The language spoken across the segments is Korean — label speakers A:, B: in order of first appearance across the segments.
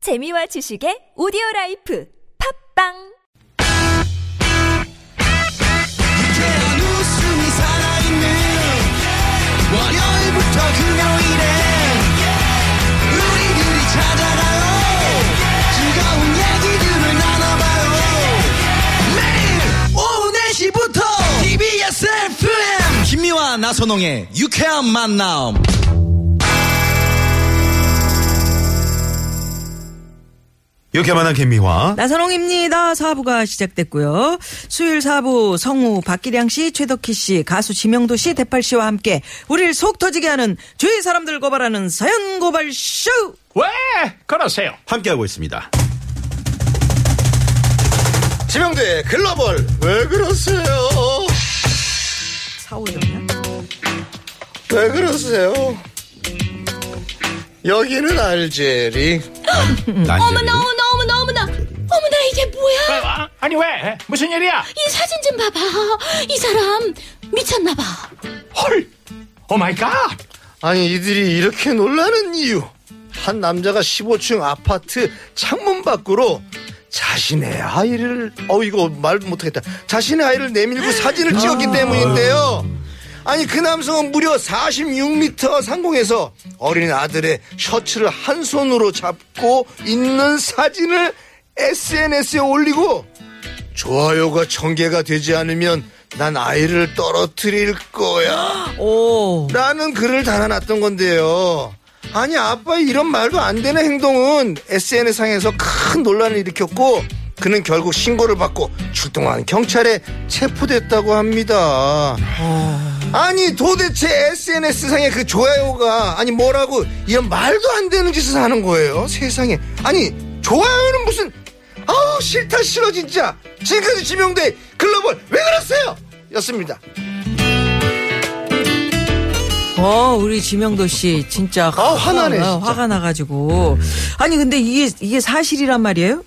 A: 재미와 지식의 오디오 라이프 팝빵
B: 유쾌한 웃음이 살아있는 월요일부터 금요일에 우리들이 찾아가요 즐거운 얘기들을 나눠봐요 매일 오후 4시부터 TBS FM 김미와 나선홍의 유쾌한 만남
C: 이렇게 만난 김미화.
D: 나선홍입니다. 4부가 시작됐고요. 수요일 4부 성우 박기량 씨, 최덕희 씨, 가수 지명도 씨, 대팔 씨와 함께 우리를 속 터지게 하는 주위 사람들 고발하는 사연 고발 쇼.
E: 왜 그러세요?
C: 함께하고 있습니다.
B: 지명대 글로벌 왜 그러세요
D: 사오정이야?
B: 왜 그러세요 여기는 알제리
D: 음.
C: 난제리.
F: 어머나 어머나 어머나 어머나 이게
E: 어,
F: 뭐야
E: 아, 아니 왜? 무슨 일이야?
F: 이 사진 좀 봐봐 이 사람 미쳤나봐
E: 헐, 오 마이 갓.
B: 아니 이들이 이렇게 놀라는 이유 한 남자가 15층 아파트 창문 밖으로 자신의 아이를 어 이거 말 못하겠다 자신의 아이를 내밀고 사진을 찍었기 때문인데요 아니 그 남성은 무려 46m 상공에서 어린 아들의 셔츠를 한 손으로 잡고 있는 사진을 SNS에 올리고 좋아요가 전개가 되지 않으면 난 아이를 떨어뜨릴 거야
D: 오.
B: 라는 글을 달아놨던 건데요. 아니 아빠 이런 말도 안 되는 행동은 SNS상에서 큰 논란을 일으켰고 그는 결국 신고를 받고 출동한 경찰에 체포됐다고 합니다. 아니 도대체 SNS상의 그 좋아요가 아니 뭐라고 이런 말도 안 되는 짓을 하는 거예요 세상에 아니 좋아요는 무슨 아우 싫다 싫어 진짜 지금까지 지명대 글로벌 왜 그러세요 였습니다
D: 어, 우리 지명도 씨 진짜
B: 아, 화나네,
D: 어,
B: 진짜.
D: 화가 나 가지고. 아니 근데 이게 이게 사실이란 말이에요?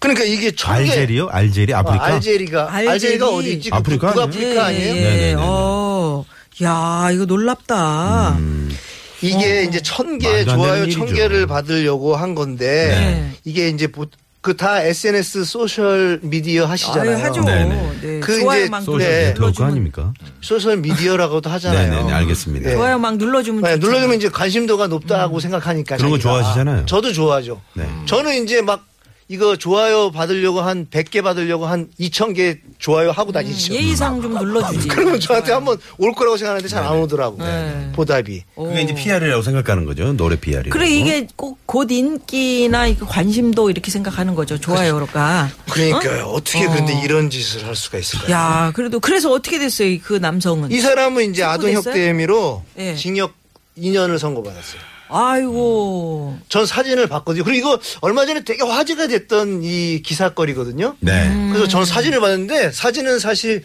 B: 그러니까 이게 천개
C: 알제리요? 알제리? 아프리카?
B: 아, 알제리가
D: 어, 알제리.
B: 알제리. 가 어디 있지? 그
C: 아프리카
B: 북
C: 아니에요? 네,
B: 아프리카 아니에요?
D: 예, 예, 예. 어. 야, 이거 놀랍다.
B: 음,
D: 어,
B: 이게 이제 천 개
C: 말도 안 되는
B: 좋아요
C: 일이죠.
B: 천 개를 받으려고 한 건데
D: 네.
B: 이게 이제 그 다 SNS 소셜 미디어 하시잖아요.
D: 아유, 하죠.
C: 네,
D: 네,
C: 네.
B: 그 이제
D: 좋아요만
B: 소셜
C: 소셜
B: 네.
C: 네트워크
D: 눌러주면-
C: 아닙니까?
B: 소셜 미디어라고도 하잖아요.
C: 네네네, 알겠습니다.
B: 네.
D: 좋아요 음. 막 눌러주면
B: 네,
D: 좋잖아.
B: 눌러주면 이제 관심도가 높다고 생각하니까.
C: 그런 거
B: 자기가.
C: 좋아하시잖아요.
B: 저도 좋아하죠.
C: 네.
B: 저는 이제 막 이거 좋아요 받으려고 한 100개 받으려고 한 2000개 좋아요 하고 다니죠.
D: 예의상 좀 눌러주지.
B: 그러면 저한테 한번 올 거라고 생각하는데 잘 안 오더라고.
D: 예. 네.
B: 보답이.
C: 그게 이제 PR이라고 생각하는 거죠. 노래 PR이라고.
D: 그래 이게 꼭 곧 인기나 이 관심도 이렇게 생각하는 거죠. 좋아요로가.
B: 그러니까요. 어? 떻게 근데 이런 짓을 할 수가 있을까요?
D: 야 그래도 그래서 어떻게 됐어요 이그 남성은?
B: 이 사람은 이제 아동
D: 체포됐어요?
B: 협대 혐의로
D: 예.
B: 징역 2년을 선고받았어요.
D: 아이고
B: 전 사진을 봤거든요. 그리고 이거 얼마 전에 되게 화제가 됐던 이 기사거리거든요.
C: 네.
D: 음.
B: 그래서 전 사진을 봤는데 사진은 사실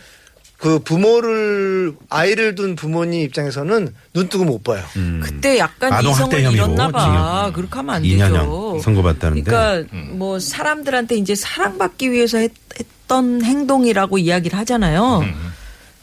B: 그 부모를 아이를 둔 부모님 입장에서는 눈 뜨고 못 봐요.
C: 음.
D: 그때 약간
C: 아동 학대
D: 이성을
C: 혐의로
D: 잃었나봐.
C: 징역
D: 그렇게 하면 안
C: 2년형
D: 되죠.
C: 선고받다는데.
D: 그러니까 뭐 사람들한테 이제 사랑받기 위해서 했, 던 행동이라고 이야기를 하잖아요.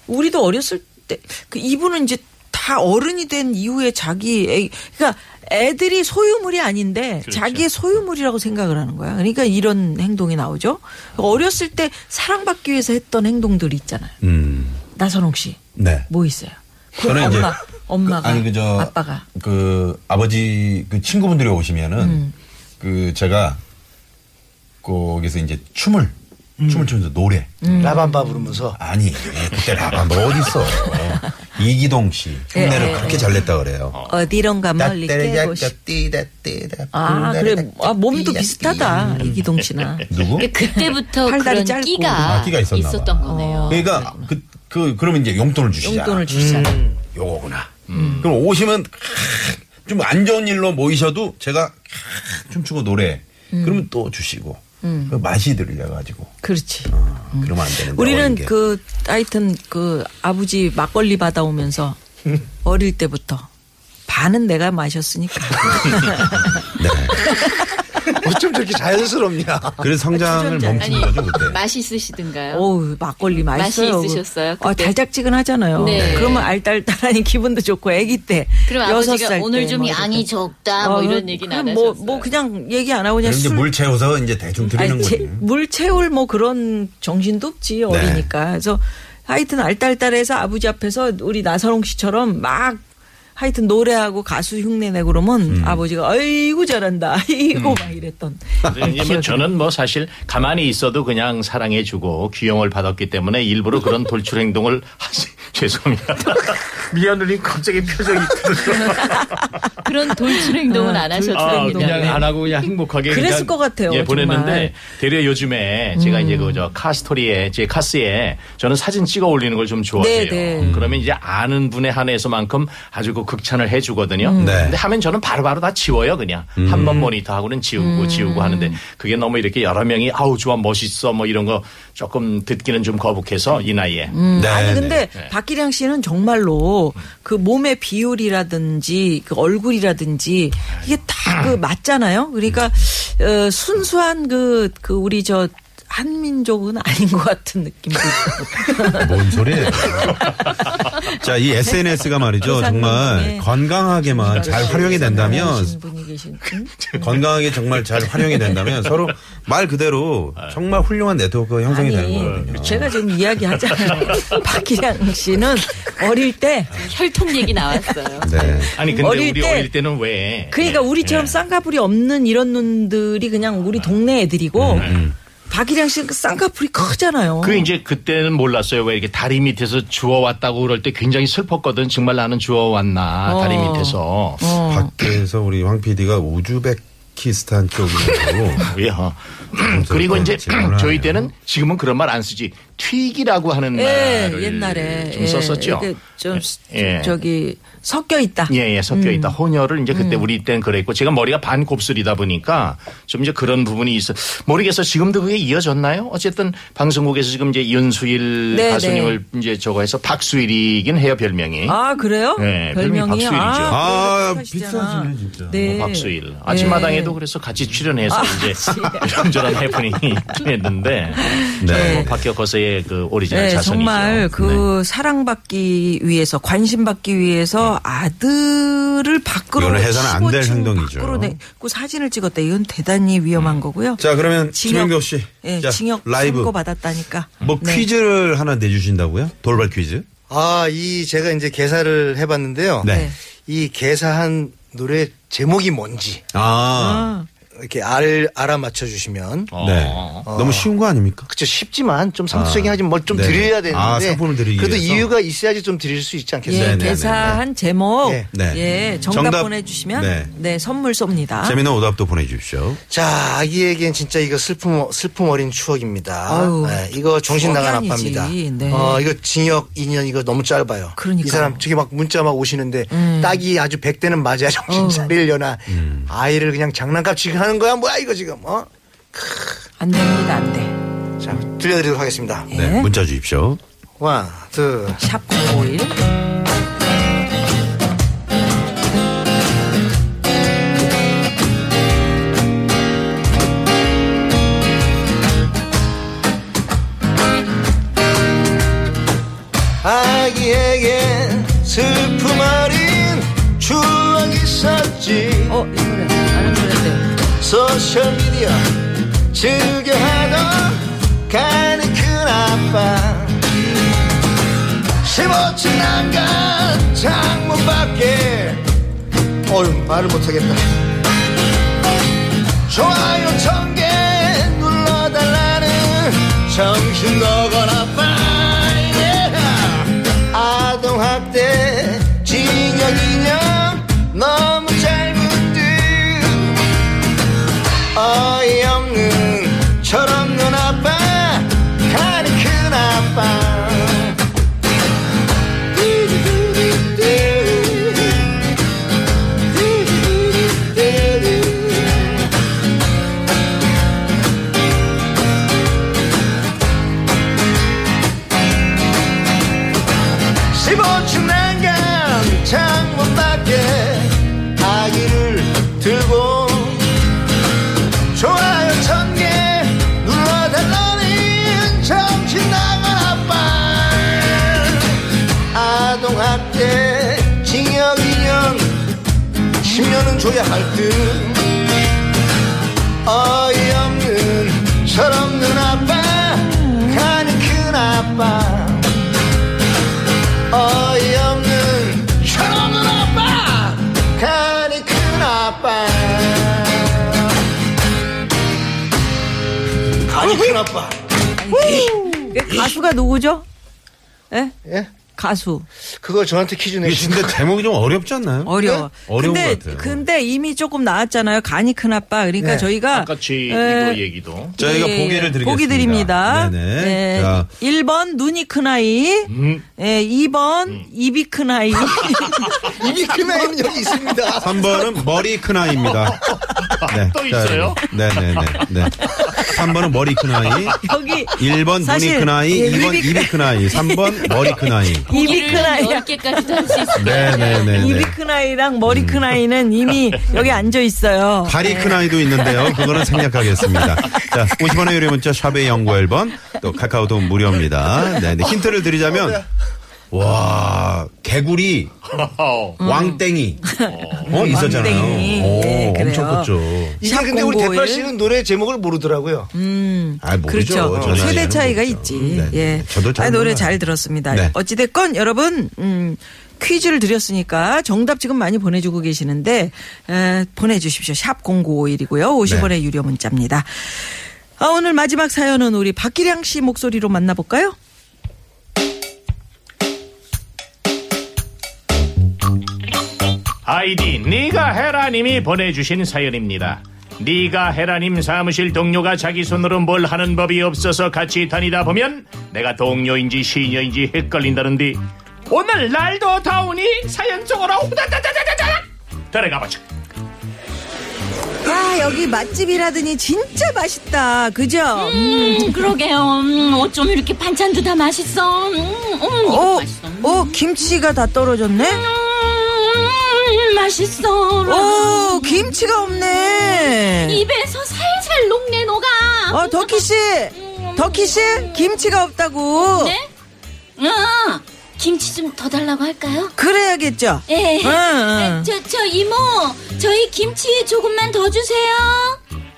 D: 우리도 어렸을 때, 그 이분은 이제 다 어른이 된 이후에 자기 애, 그러니까 애들이 소유물이 아닌데 자기의 소유물이라고 생각을 하는 거야. 그러니까 이런 행동이 나오죠. 어렸을 때 사랑받기 위해서 했던 행동들 이 있잖아요.
C: 음.
D: 나선홍 씨,
C: 네.
D: 뭐 있어요? 그
C: 저는
D: 엄마,
C: 이제
D: 엄마가,
C: 그, 아니 그저
D: 아빠가.
C: 그 아버지 그 친구분들이 오시면은
D: 음.
C: 그 제가 거기서 이제 춤을
D: 음.
C: 춤을 추면서 노래
B: 라밤바 부르면서
C: 아니 예, 그때 라바 뭐 어디 있어 이기동 씨 흉내를
D: 예,
C: 그렇게 잘 냈다 그래요.
D: 어디론가 멀리 깨고
C: 그
D: 싶. 아, 그래. 아, 몸도 비슷하다. 이기동 씨나.
C: 누구?
F: 그때부터
D: 팔다리
F: 그런
D: 짧고.
F: 끼가,
C: 아, 끼가 있었나
F: 던
C: 봐.
F: 거네요
D: 어.
C: 그러니까 그, 그 그러면 이제 용돈을 주시잖아.
D: 아, 용돈을 음. 주시잖아.
C: 음. 요거구나. 그럼 오시면 좀 안 좋은 일로 모이셔도 제가 춤추고 노래.
D: 음.
C: 그러면 또 주시고 그 맛이 들려 가지고
D: 그렇지.
C: 그러면 안 되는데. 어린
D: 음. 우리는
C: 게.
D: 그 하여튼 그 아버지 막걸리 받아오면서 어릴
C: 네.
D: 때부터 반은 내가 마셨으니까.
B: 어쩜 저렇게 자연스럽냐.
C: 그래서 성장을
D: 추전자.
C: 멈춘 거죠 그때.
F: 맛이 있으시던가요?
D: 어우 막걸리 맛있어요.
F: 맛이 있으셨어요,
D: 아,
F: 그때?
D: 달짝지근하잖아요.
F: 네.
D: 그러면 알딸딸하니 기분도 좋고 아기 때
F: 그럼
D: 여섯
F: 아버지가
D: 살
F: 오늘
D: 때
F: 좀
D: 뭐
F: 양이 적다 뭐
D: 어,
F: 이런 얘기는 안
D: 그냥
F: 하셨어요.
D: 뭐, 뭐 그냥 얘기 안 하고 그냥
C: 그럼 이제
D: 술
C: 물 채워서 이제 대충 드리는
D: 아니, 채-
C: 거예요. 네.
D: 물 채울 뭐 그런 정신도 없지 어리니까. 그래서 하여튼 알딸딸해서 아버지 앞에서 우리 나선홍 씨처럼 막 하여튼 노래하고 가수 흉내내고 그러면
C: 음.
D: 아버지가 아이고 잘한다 아이고 막 이랬던
E: 선생님, 뭐 저는 뭐 사실 가만히 있어도 그냥 사랑해주고 귀용을 받았기 때문에 일부러 그런 돌출 행동을 하시 죄송합니다. 미연우님 갑자기 표정이
F: 그런 돌출 행동은 안
E: 아,
F: 하셨습니다.
E: 그냥 안 하고 그냥 행복하게
D: 그랬을
E: 그냥,
D: 것 같아요,
E: 예,
D: 정말. 음.
E: 보냈는데 되려 요즘에 제가 이제 그 저 카스토리에 제 카스에 저는 사진 찍어 올리는 걸 좀 좋아해요. 음.
D: 네, 네.
E: 그러면 이제 아는 분에 한해서만큼 아주 그 극찬을 해주거든요.
D: 음.
C: 네.
E: 근데 하면 저는 바로바로 다 지워요 그냥 한 번 모니터하고는
D: 음.
E: 지우고 지우고 하는데 그게 너무 이렇게 여러 명이 아우 좋아 멋있어 뭐 이런 거 조금 듣기는 좀 거북해서 이 나이에
C: 네,
D: 음. 아니
C: 네.
D: 근데 박기량 씨는 정말로 그 몸의 비율이라든지 그 얼굴이라든지 이게 다 그 맞잖아요. 그러니까 어, 순수한 그, 그 우리 저 한민족은 아닌 것 같은 느낌도 있고.
C: 네. 뭔 소리예요? 자, 이 SNS가 말이죠.
D: 의사님 중에
C: 정말
E: 아,
C: 건강하게만 잘 활용이
D: 네.
C: 된다면
D: 하신 분이 계신. 음?
C: 네. 건강하게 정말 잘 활용이 된다면 서로 말 그대로 정말 훌륭한 네트워크가 형성이 되는 거거든요.
D: 아니, 제가 지금 이야기하잖아요. 박기량 씨는 어릴 때
F: 혈통 얘기 나왔어요.
C: 네.
E: 아니 근데
D: 어릴
E: 우리
D: 때-
E: 어릴 때는 왜
D: 그러니까
E: 예,
D: 우리처럼
E: 예.
D: 쌍꺼풀이 없는 이런 놈들이 그냥 우리 동네 애들이고 박일양 씨는 그 쌍꺼풀이 크잖아요.
E: 음, 그 이제 그때는 몰랐어요. 왜 이렇게 다리 밑에서 주워왔다고 그럴 때 굉장히 슬펐거든. 정말 나는 주워왔나 다리
D: 어.
E: 밑에서.
C: 밖에서 우리 황 PD가 우즈베키스탄 쪽으로
E: 예, 어. 그리고 이제
C: 질문을
E: 저희
C: 하네요.
E: 때는 지금은 그런 말 안 쓰지 튀기라고 하는
D: 예,
E: 말을
D: 옛날에
E: 좀
D: 예,
E: 썼었죠.
D: 이렇게 좀 스-
E: 예.
D: 저기 섞여 있다.
E: 예, 예, 섞여
D: 음.
E: 있다. 혼혈을 이제 그때 우리 때는 그랬고 제가 머리가 반 곱슬이다 보니까 좀 이제 그런 부분이 있어. 모르겠어. 지금도 그게 이어졌나요? 어쨌든 방송국에서 지금 이제 윤수일
D: 네,
E: 가수님을 이제 저거 해서 박수일이긴 해요, 별명이.
D: 아 그래요?
E: 예, 별명이
D: 별명이
E: 박수일이죠.
C: 아,
D: 그래도 착하시잖아.
C: 비싸시네, 진짜.
D: 네.
E: 뭐 박수일
D: 예.
E: 아침마당에도 그래서 같이 출연해서
D: 아,
E: 이제 이런저런 해프닝이 있는데 저는
C: 네.
E: 뭐 박혁거스의 그 오리지널
D: 네,
E: 자선이죠.
D: 정말 그 사랑받기 위해서 관심받기 위해서 아들을 밖으로
C: 이거는 해서는 안될
D: 치고
C: 행동이죠. 음.
D: 밖으로 내고 사진을 찍었다. 이건 대단히 위험한 거고요.
C: 자, 그러면 지명교 씨.
D: 예,
C: 자,
D: 징역
C: 라이브.
D: 선고 받았다니까. 네.
C: 뭐 퀴즈를 하나 내주신다고요? 돌발 퀴즈?
B: 아, 이 제가 이제 개사를 해봤는데요.
C: 네.
D: 네.
B: 이 개사한 노래 제목이 뭔지
C: 아,
B: 이렇게 알 알아맞혀 주시면
E: 어.
C: 네.
D: 아.
E: 어.
C: 너무 쉬운 거 아닙니까?
B: 그쵸 쉽지만 좀 상투적인 하지만 뭘 좀
C: 아, 네네.
B: 드려야 되는데
C: 아, 상품을 드리기
B: 그래도
C: 위해서?
B: 이유가 있어야지 좀 드릴 수 있지
D: 예,
B: 않겠어요?
C: 네.
D: 개사한 제목.
B: 예.
C: 네.
D: 예, 정답,
C: 정답.
D: 보내주시면
C: 네.
D: 네. 선물 쏩니다.
C: 재미있는 오답도 보내주십시오.
B: 자 아기에겐 진짜 이거 슬픔 슬픔 어린 추억입니다.
D: 아유,
B: 네, 이거 정신 나간
D: 추억이 아니지.
B: 아빠입니다.
D: 네.
B: 어 이거 징역 2년 이거 너무 짧아요.
D: 그러니까요. 음.
B: 이 사람 저기 막 문자 막 오시는데 딱이 아주 100대는 맞아야
D: 어.
B: 정신 차리려나
C: 음.
B: 아이를 그냥 장난감 지금 하는 거야 뭐야 이거 지금 어?
D: 안 됩니다, 안 돼.
B: 자 들려드리도록 하겠습니다.
D: 예.
C: 네. 문자 주십시오.
B: 원, 둘.
D: 샵 051.
B: 아기에겐 슬픔 어린 추억이 있었지
D: 어, 이 노래. 아는 노래인데.
B: 소셜미디어 즐겨하던 가는 큰 아빠 15층 난간 창문 밖에 어휴 말을 못하겠다 좋아요 천개 눌러달라는 정신 너건 아빠 yeah. 아동학대 징역 2년 너무 짧은 듯 어이없는 철없는 아빠 가는 큰 아빠 십오층 난간 창문 밖에 아기를 들고 좋아 해줘야 할듯 어이없는 철없는 아빠 가는 큰 아빠 어이없는 철없는 아빠 가는 큰 아빠 가니 큰 아빠
D: 예, 가수가 누구죠? 예?
B: 예
D: 가수.
B: 그걸 저한테 퀴즈
D: 네.
C: 이게
B: 내신
C: 진짜 제목이 좀 어렵지 않나요?
D: 어려워.
C: 어려운
D: 네? 근데,
C: 것 같아요.
D: 근데 이미 조금 나왔잖아요. 간이 큰 아빠. 그러니까
B: 네.
D: 저희가.
E: 아까 제
D: 예,
E: 이거 얘기도
C: 저희가
D: 예, 예.
C: 보기를 드리겠습니다.
D: 보기 드립니다.
C: 네네.
D: 예,
C: 자.
D: 1번 눈이 큰 아이.
E: 음.
D: 예, 2번 입이 큰 아이.
B: 이미 큰 아이는 여기 있습니다
C: 3번은 머리 큰 아이입니다. 네,
E: 또 있어요?
C: 네네네. 네. 3번은 머리 큰 아이.
D: 여기
C: 1번
D: 사실,
C: 눈이 큰 아이,
D: 예,
C: 2번
D: 입이
C: 입이 큰 아이, 3번 머리 큰 아이.
D: 입이 큰 아이.
F: 10개까지도 할 수 있습니다.
C: 네네네. 음.
D: 입이 큰 아이랑 머리 큰 아이는 이미 여기 앉아 있어요.
C: 다리 큰 아이도 있는데요. 그거는 생략하겠습니다. 자, 50원의 유료 문자 샵의 연구 앨범 또 카카오톡 무료입니다. 네, 네. 힌트를 드리자면 와 개구리
E: 어.
C: 왕땡이 어 있었잖아요.
D: 왕땡이.
C: 오,
D: 예, 그래요.
C: 엄청 컸죠.
B: 이게 근데 우리 대팔 씨는 노래 제목을 모르더라고요
C: 아 모르죠.
D: 그렇죠.
C: 저는
D: 세대
C: 알지는
D: 차이가
C: 못해요.
D: 있지.
C: 네, 네.
D: 예.
C: 저도 잘
D: 아, 노래
C: 몰라요.
D: 잘 들었습니다.
C: 네.
D: 어찌됐건 여러분, 음, 퀴즈를 드렸으니까 정답 지금 많이 보내주고 계시는데, 에, 보내주십시오. 샵 0951이고요. 50원의
C: 네.
D: 유료 문자입니다. 아, 오늘 마지막 사연은 우리 박기량 씨 목소리로 만나볼까요?
E: 아이디 네가 헤라님이 보내주신 사연입니다. 네가 헤라님 사무실 동료가 자기 손으로 뭘 하는 법이 없어서 같이 다니다 보면 내가 동료인지 시녀인지 헷갈린다는데 오늘 날도 더우니 사연 속으로 후다다다다다다 들어가보자.
D: 아, 여기 맛집이라더니 진짜 맛있다. 그죠?
F: 음, 그러게요. 음, 어쩜 이렇게 반찬도 다 맛있어. 음, 음, 이거
D: 어,
F: 맛있어. 음,
D: 어, 김치가 다 떨어졌네?
F: 음, 맛있어.
D: 오, 김치가 없네.
F: 입에서 살살 녹네 녹아.
D: 어, 덕희 씨, 덕희 씨, 김치가 없다고.
F: 네? 아, 김치 좀 더 달라고 할까요?
D: 그래야겠죠.
F: 예.
D: 응, 응.
F: 저, 저 이모, 저희 김치 조금만 더 주세요.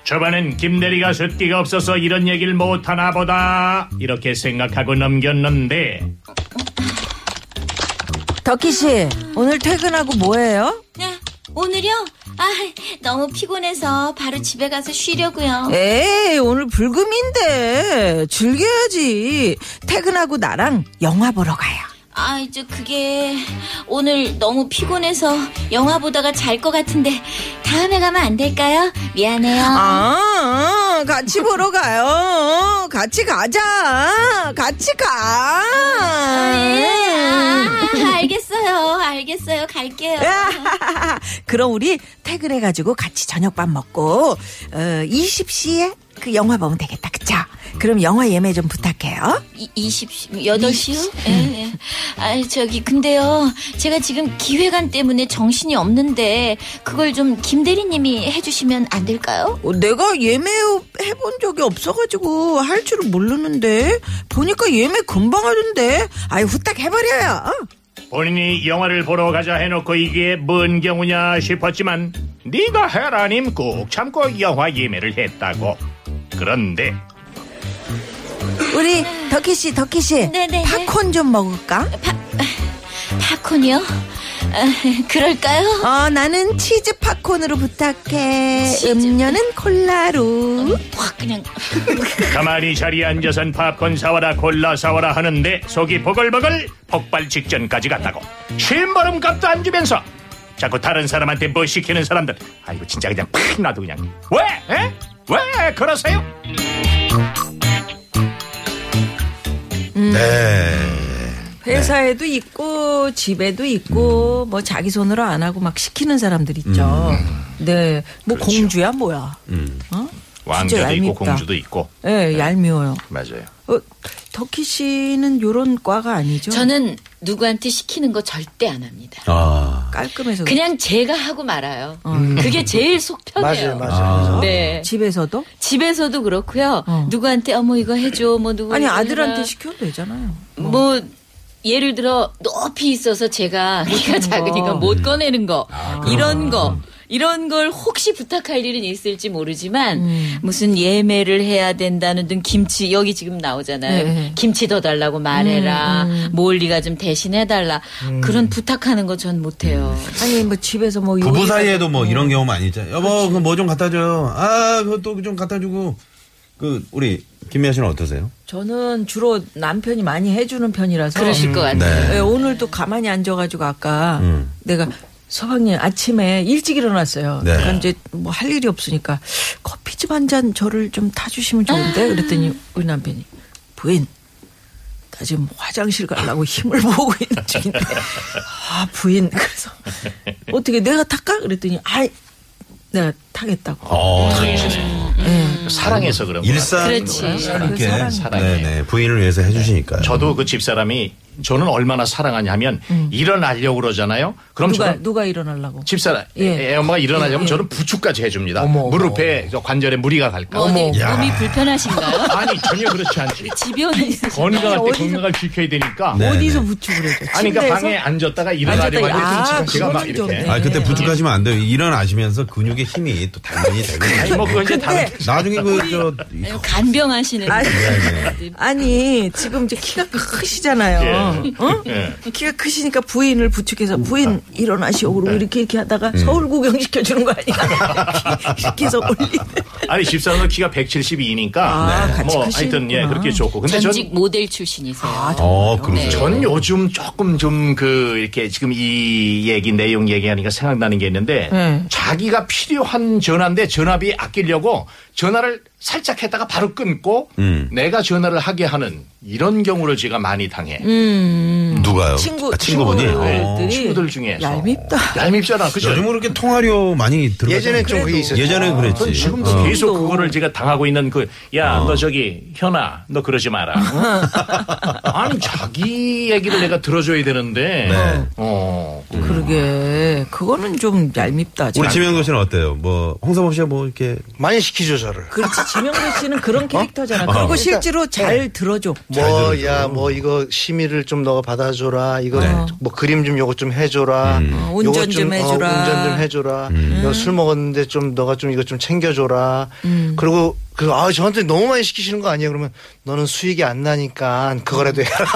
E: 저번엔 김대리가 숫기가 없어서 이런 얘기를 못하나 보다 이렇게 생각하고 넘겼는데
D: 덕희 씨,
F: 아.
D: 오늘 퇴근하고 뭐 해요?
F: 네, 오늘요? 아, 너무 피곤해서 바로 집에 가서 쉬려고요.
D: 예. 에이, 오늘 불금인데 즐겨야지. 퇴근하고 나랑 영화 보러 가요.
F: 아, 저 그게 오늘 너무 피곤해서 영화 보다가 잘 것 같은데 다음에 가면 안 될까요? 미안해요.
D: 아, 어, 같이 보러 가요. 어, 같이 가자. 같이 가.
F: 예,
G: 음.
F: 아, 알겠어요. 알겠어요. 갈게요.
G: 예.
D: 그럼 우리 퇴근해가지고 같이 저녁밥 먹고 어, 20시에 그 영화 보면 되겠다 그쵸? 그럼 영화 예매 좀 부탁해요
F: 이, 20, 8시요? 예, 예. 아, 저기, 근데요. 제가 지금 기획안 때문에 정신이 없는데, 그걸 좀 김대리님이 해주시면 안 될까요?
D: 어, 내가 예매 해본 적이 없어가지고 할 줄을 모르는데 보니까 예매 금방 하던데 아유 후딱 해버려요
E: 본인이 영화를 보러 가자 해놓고 이게 뭔 경우냐 싶었지만 네가 헤라님 꾹 참고 영화 예매를 했다고 그런데
D: 우리 덕희씨 덕희씨
F: 네네.
D: 팝콘 좀 먹을까?
F: 팝콘이요? 아, 그럴까요?
D: 어 나는 치즈 팝콘으로 부탁해
F: 치즈.
D: 음료는 콜라로
F: 확 그냥
E: 가만히 자리에 앉아선 팝콘 사와라 콜라 사와라 하는데 속이 보글보글 폭발 직전까지 갔다고 쉼버름 값도 안 주면서 자꾸 다른 사람한테 뭐 시키는 사람들 아이고 진짜 그냥 팍 나도 그냥 왜? 에? 왜 그러세요?
C: 네.
D: 회사에도 있고 집에도
C: 음.
D: 있고 뭐 자기 손으로 안 하고 막 시키는 사람들 있죠.
C: 음.
D: 네, 뭐
C: 그렇죠.
D: 공주야 뭐야. 어? 진짜
E: 왕자도 있고
D: 얄밉다.
E: 공주도 있고
D: 예,
C: 네.
D: 얄미워요.
E: 맞아요
D: 어, 덕희 씨는 요런 과가 아니죠?
G: 저는 누구한테 시키는 거 절대 안 합니다.
C: 아,
D: 깔끔해서
G: 그냥 제가 하고 말아요.
D: 음.
G: 그게 제일 속
B: 맞아요
G: 편해요.
B: 맞아요
G: 네.
D: 집에서도
G: 집에서도 그렇고요.
D: 어.
G: 누구한테 어머 이거 해줘 뭐 누구
D: 아니
G: 이거 해라.
D: 아들한테 시켜도 되잖아요.
G: 뭐 예를 들어 높이 있어서 제가 키가
D: 거.
G: 작으니까 못 꺼내는 거 이런 거 이런 걸 혹시 부탁할 일은 있을지 모르지만
D: 음.
G: 무슨 예매를 해야 된다는 등 김치 여기 지금 나오잖아요.
D: 네. 음,
G: 김치 더 달라고 말해라. 몰리가 좀 대신해 달라. 그런 부탁하는 거 전 못해요.
D: 아니 뭐 집에서 뭐
C: 부부
D: 요리라도-
C: 사이에도 뭐
D: 음.
C: 이런 경우 많이 있잖아요.
D: 그렇죠.
C: 여보, 그 뭐 좀 갖다 줘요. 아, 그것도 좀 갖다 주고. 그, 우리, 김미아 씨는 어떠세요?
D: 저는 주로 남편이 많이 해주는 편이라서
G: 그러실 것 같아요.
D: 예, 오늘도 가만히 앉아가지고 아까
C: 네. 음.
D: 내가 서방님 아침에 일찍 일어났어요.
C: 네.
D: 그러니까 이제 뭐 할 일이 없으니까 커피집 한 잔 저를 좀 타주시면 좋은데 그랬더니 우리 남편이 부인 나 지금 화장실 가려고 힘을 모으고 있는 중인데 아 부인 그래서 어떻게 내가 탈까 그랬더니 아이 내가 타겠다고
C: 어,
E: 사랑이시네. 사랑해서 그런 거야.
C: 일상.
G: 그렇지.
C: 이렇게.
D: 사랑해.
E: 사랑해.
C: 네네. 부인을 위해서 해주시니까요.
E: 저도 그 집사람이 저는 얼마나 사랑하냐면 일어나려고 그러잖아요. 그럼
D: 음. 누가
E: 저는
D: 누가 일어나려고
E: 집사람
D: 예.
E: 애 엄마가 일어나려면
D: 예, 예.
E: 저는 부축까지 해줍니다.
B: 어머,
E: 무릎에 저 관절에 무리가 갈까.
G: 뭐 어디
C: 야.
G: 몸이 불편하신가요?
E: 아니 전혀 그렇지 않지.
G: 집요한 있으
E: 건강할 때 건강을 지켜야 되니까.
C: 네.
D: 어디서 부축을 해줘
E: 아니 그러니까
D: 침대에서?
E: 방에 앉았다가 일어나려고
D: 앉았다가-
E: 하니까
D: 아,
E: 제가 막
D: 그거는 좀
E: 이렇게.
D: 네.
C: 아, 그때 부축하시면 안 돼요. 일어나시면서 근육의 힘이 또 당연히
E: 아니
C: 되거든요.
E: 뭐 그건 이제 다른
D: 근데-
C: 나중에 그, 저,
G: 간병하시는
D: 아니,
C: 네.
D: 아니 지금 이제 키가 크시잖아요.
E: 예.
D: 어?
E: 예.
D: 키가 크시니까 부인을 부축해서 부인 일어나시오 그러고 이렇게 이렇게 하다가 서울 구경 시켜주는 거 아니야? 이렇게 해서 올리.
E: 아니 집사람은 키가 172니까
D: 아, 네. 같이
E: 뭐 하여튼
D: 크시는구나.
E: 예 그렇게 좋고 근데 전
G: 전직 모델 출신이세요.
C: 어,
D: 그렇죠.
C: 그러세요.
E: 전 요즘 조금 좀 그 이렇게 지금 이 얘기 내용 얘기하니까 생각나는 게 있는데
D: 네.
E: 자기가 필요한 전화인데 전화비 아끼려고 전화를 살짝 했다가 바로 끊고
C: 음.
E: 내가 전화를 하게 하는 이런 경우를 제가 많이 당해
D: 음.
C: 누가요?
D: 친구
C: 아, 친구분이? 어.
D: 친구들이
E: 친구들 중에서
D: 얄밉다.
E: 얄밉잖아 그죠?
C: 요즘은 그렇게 통화료 많이 들어가
B: 예전엔 좀 그게 있었죠.
C: 예전에
E: 전
C: 그랬지.
E: 지금도
C: 어.
E: 계속 그거를 제가 당하고 있는 그 야 너 저기 현아 너 그러지 마라 어? 아니 자기 얘기를 내가 들어줘야 되는데
C: 네.
E: 어
D: 음. 그러게 그거는 좀 얄밉다.
C: 우리
D: 참.
C: 지명도 씨는 어때요? 뭐 홍사범 씨가 뭐 이렇게
B: 많이 시키죠 저를.
D: 그렇지 지명도 씨는 그런 캐릭터잖아. 어? 그리고 실제로 잘 들어줘.
B: 뭐 야 뭐 이거 심의를 좀 너가 받아줘라 이거 뭐 그림 좀 요거 좀 해줘라
D: 어, 운전
B: 요거
D: 좀 해줘라.
B: 어, 운전 좀 해줘라 이거 술 먹었는데 좀 너가 좀 이거 좀 챙겨줘라
D: 음.
B: 그리고 그 아 저한테 너무 많이 시키시는 거 아니야 그러면 너는 수익이 안 나니까 그거라도 해라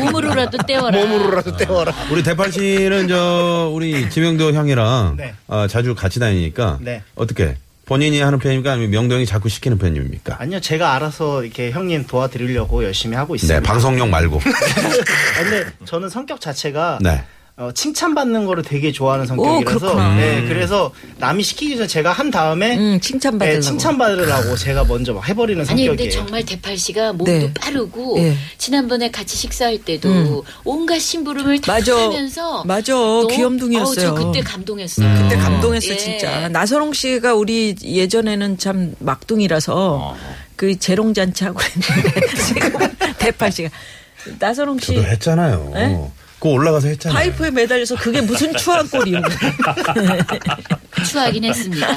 G: 몸으로라도 떼어라.
B: 몸으로라도 때워라
C: 우리 대팔 씨는 저 우리 지명도 형이랑
H: 네.
C: 아, 자주 같이 다니니까
H: 네.
C: 어떻게 본인이 하는 편입니까 아니면 명도 형이 자꾸 시키는 편입니까?
H: 아니요, 제가 알아서 이렇게 형님 도와드리려고 열심히 하고
C: 네
H: 있습니다.
C: 방송용 말고
H: 아, 근데 저는 성격 자체가
C: 네.
H: 어, 칭찬받는 거를 되게 좋아하는 성격이라서
D: 그렇구나.
H: 네, 그래서 남이 시키기 전에 제가 한 다음에
D: 응 예, 칭찬받으려고.
H: 네,
B: 예,
H: 칭찬받으려고 제가 먼저 막 해버리는
G: 아니
H: 성격이에요.
G: 근데 정말 대팔 씨가 몸도
D: 네.
G: 빠르고
D: 예.
G: 지난번에 같이 식사할 때도
D: 음.
G: 온갖 심부름을 다
D: 맞아.
G: 하면서
D: 맞아. 귀염둥이였어요. 음.
G: 어우, 저 그때 감동했어요.
F: 음.
D: 그때 감동했어
G: 예.
D: 진짜. 나선홍 씨가 우리 예전에는 참 막둥이라서 그 재롱잔치하고 했는데 지금 대팔 씨가 나선홍 씨
C: 저도 했잖아요.
D: 네?
C: 그거 어. 올라가서 했잖아요.
D: 파이프에 매달려서 그게 무슨 추한 꼴이에요. 음.
G: 추하긴 했습니다.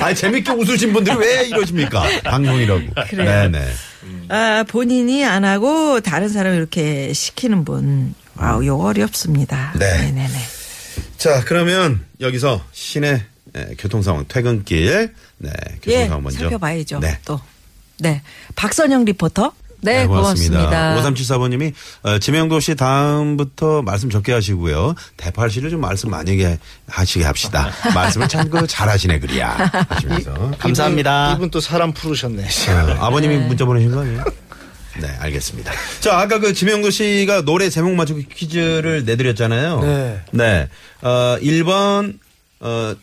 C: 아니 재밌게 웃으신 분들이 왜 이러십니까? 방송이라고.
D: 그래요.
C: 네네.
D: 아, 본인이 안 하고 다른 사람 이렇게 시키는 분. 와우, 요거 어렵습니다.
C: 네.
D: 네네
C: 자 그러면 여기서 시내 네, 교통 상황 퇴근길 네 교통
D: 예,
C: 상황 먼저
D: 살펴봐야죠.
C: 네.
D: 또. 네. 박선영 리포터. 네, 고맙습니다.
C: 5374번님이 어, 지명도 씨 다음부터 말씀 적게 하시고요. 대팔 씨를 좀 말씀 많이 게- 하시게 합시다. 말씀을 참 그 잘하시네 그리야 하시면서
H: 감사합니다.
B: 이분 또 사람 푸르셨네
C: 어, 아버님이 문자 보내신 거 아니에요? 네, 알겠습니다. 자, 아까 그 지명도 씨가 노래 제목 맞추기 퀴즈를 내드렸잖아요.
B: 네.
C: 네. 어, 1번, 어,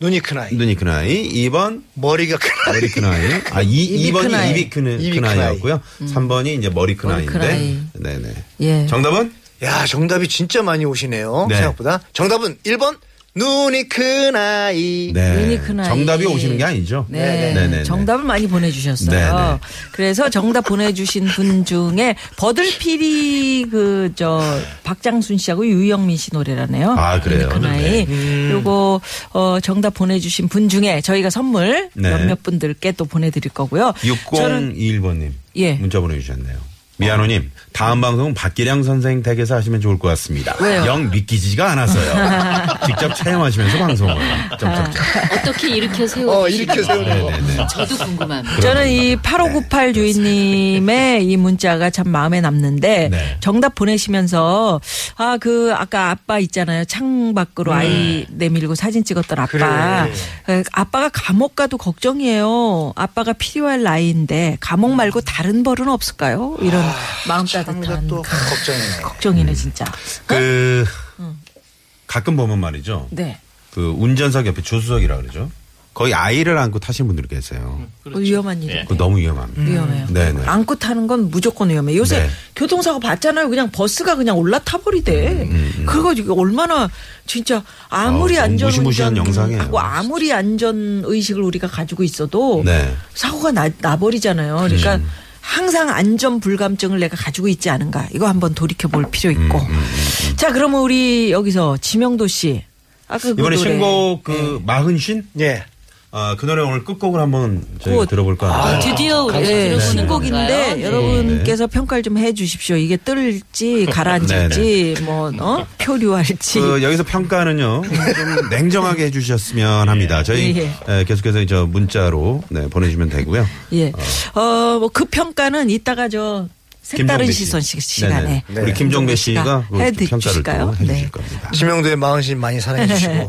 B: 눈이 큰 아이
C: 눈이 큰 아이, 2번,
B: 네. 머리가 큰 아이
C: 머리 큰 아이. 아, 이,
D: 입이
C: 2번이
D: 큰
C: 입이 큰,
B: 입이
C: 큰
B: 큰
C: 아이였고요. 3번이 이제 머리 큰
D: 머리 큰
C: 아이인데.
D: 아이.
C: 네네.
D: 예.
C: 정답은?
B: 야, 정답이 진짜 많이 오시네요.
C: 네.
B: 생각보다. 정답은 1번 눈이 큰 아이.
C: 네.
D: 눈이 큰 아이.
C: 정답이 오시는 게 아니죠.
D: 네. 정답을 많이 보내주셨어요.
C: 네네.
D: 그래서 정답 보내주신 분 중에 버들피리 그, 저, 박장순 씨하고 유영민 씨 노래라네요.
C: 아, 그래요?
D: 그 나이. 요거, 어, 정답 보내주신 분 중에 저희가 선물
C: 네.
D: 몇몇 분들께 또 보내드릴 거고요. 저는
C: 6021번님.
D: 예.
C: 문자 보내주셨네요. 미아노님, 다음 방송은 박기량 선생 댁에서 하시면 좋을 것 같습니다.
D: 왜요?
C: 영 믿기지가 않았어요. 직접 체험하시면서 방송을. 점점점.
D: 아.
G: 어떻게 일으켜
B: 어,
G: 세우는지
B: 이렇게 세우는 거.
C: 네네네.
G: 저도 궁금합니다.
D: 저는 이 8598 유인님의 이 문자가 참 마음에 남는데
C: 네.
D: 정답 보내시면서 아 그 아까 아빠 있잖아요 창 밖으로 아이 내밀고 사진 찍었던 아빠 에, 아빠가 감옥 가도 걱정이에요 아빠가 필요할 나이인데 감옥 말고 다른 벌은 없을까요 이런 마음 따뜻한
B: 또 걱정이네.
D: 걱정이네 진짜
C: 그 가끔 보면 말이죠.
D: 어? 네
C: 그 운전석 옆에 조수석이라 그러죠. 거의 아이를 안고 타시는 분들이 계세요.
D: 위험한 일이
E: 예.
C: 그거 너무 위험합니다.
D: 음. 위험해요.
C: 네네.
D: 안고 타는 건 무조건 위험해. 요새
C: 네.
D: 교통사고 봤잖아요. 그냥 버스가 그냥 올라타 버리대.
C: 음,
D: 그거 이게 얼마나 진짜 아무리
C: 어, 좀
D: 안전
C: 무시무시한 영상이에요.
D: 하고 아무리 안전 의식을 우리가 가지고 있어도
C: 네. 음.
D: 사고가 나, 나버리잖아요. 그러니까 항상 안전 불감증을 내가 가지고 있지 않은가. 이거 한번 돌이켜 볼 필요 있고.
C: 음,
D: 자, 그러면 우리 여기서 지명도 씨 아까 그
C: 이번에
D: 노래. 네.
C: 신곡 그 마흔쉰?
B: 예.
C: 아, 그 노래 오늘 끝곡을 한번 저희
D: 꽃.
C: 들어볼까 합니다.
G: 드디어 우리가
D: 네,
G: 들어보는
D: 신곡인데
G: 건가요? 네.
D: 여러분께서 평가를 좀 해주십시오. 이게 뜰지 가라앉을지 뭐 어? 표류할지.
C: 그 여기서 평가는요 좀 냉정하게 해주셨으면 합니다. 저희
D: 예.
C: 에, 계속해서 이제 문자로 네, 보내주시면 되고요.
D: 예. 어뭐그 평가는 이따가 저 색다른
C: 김종배 씨.
D: 시선 시- 시간에
C: 네네. 우리 김종배 씨가 그
D: 해드
C: 평가를
D: 주실까요?
C: 또 해주실
D: 네.
C: 겁니다.
B: 지명도의 마흔신 많이 사랑해주시고.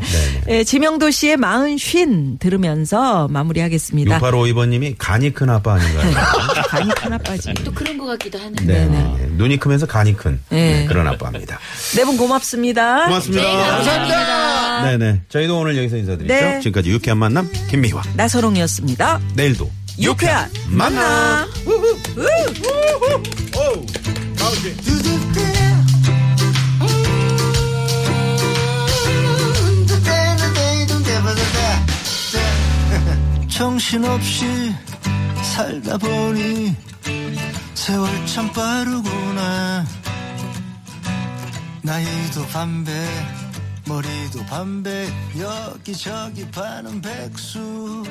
D: 예, 지명도 씨의 마흔 쉰 들으면서 마무리하겠습니다.
C: 6852번님이 간이 큰 아빠 아닌가요?
D: 간이 하나 빠지.
G: 또 그런 것 같기도 하는데.
C: 네. 네. 눈이 크면서 간이 큰
D: 네.
C: 네, 그런 아빠입니다.
D: 네 분 고맙습니다.
C: 고맙습니다. 감사합니다. 네네. 저희도 오늘 여기서 인사드리죠.
D: 네.
C: 지금까지 유쾌한 만남 김미화.
D: 나서롱이었습니다.
C: 내일도
D: 유쾌한
C: 만남.
D: 만남.
I: 음. 정신없이 살다 보니 세월 참 빠르구나 나이도 반배 머리도 반배 여기저기 파는 백수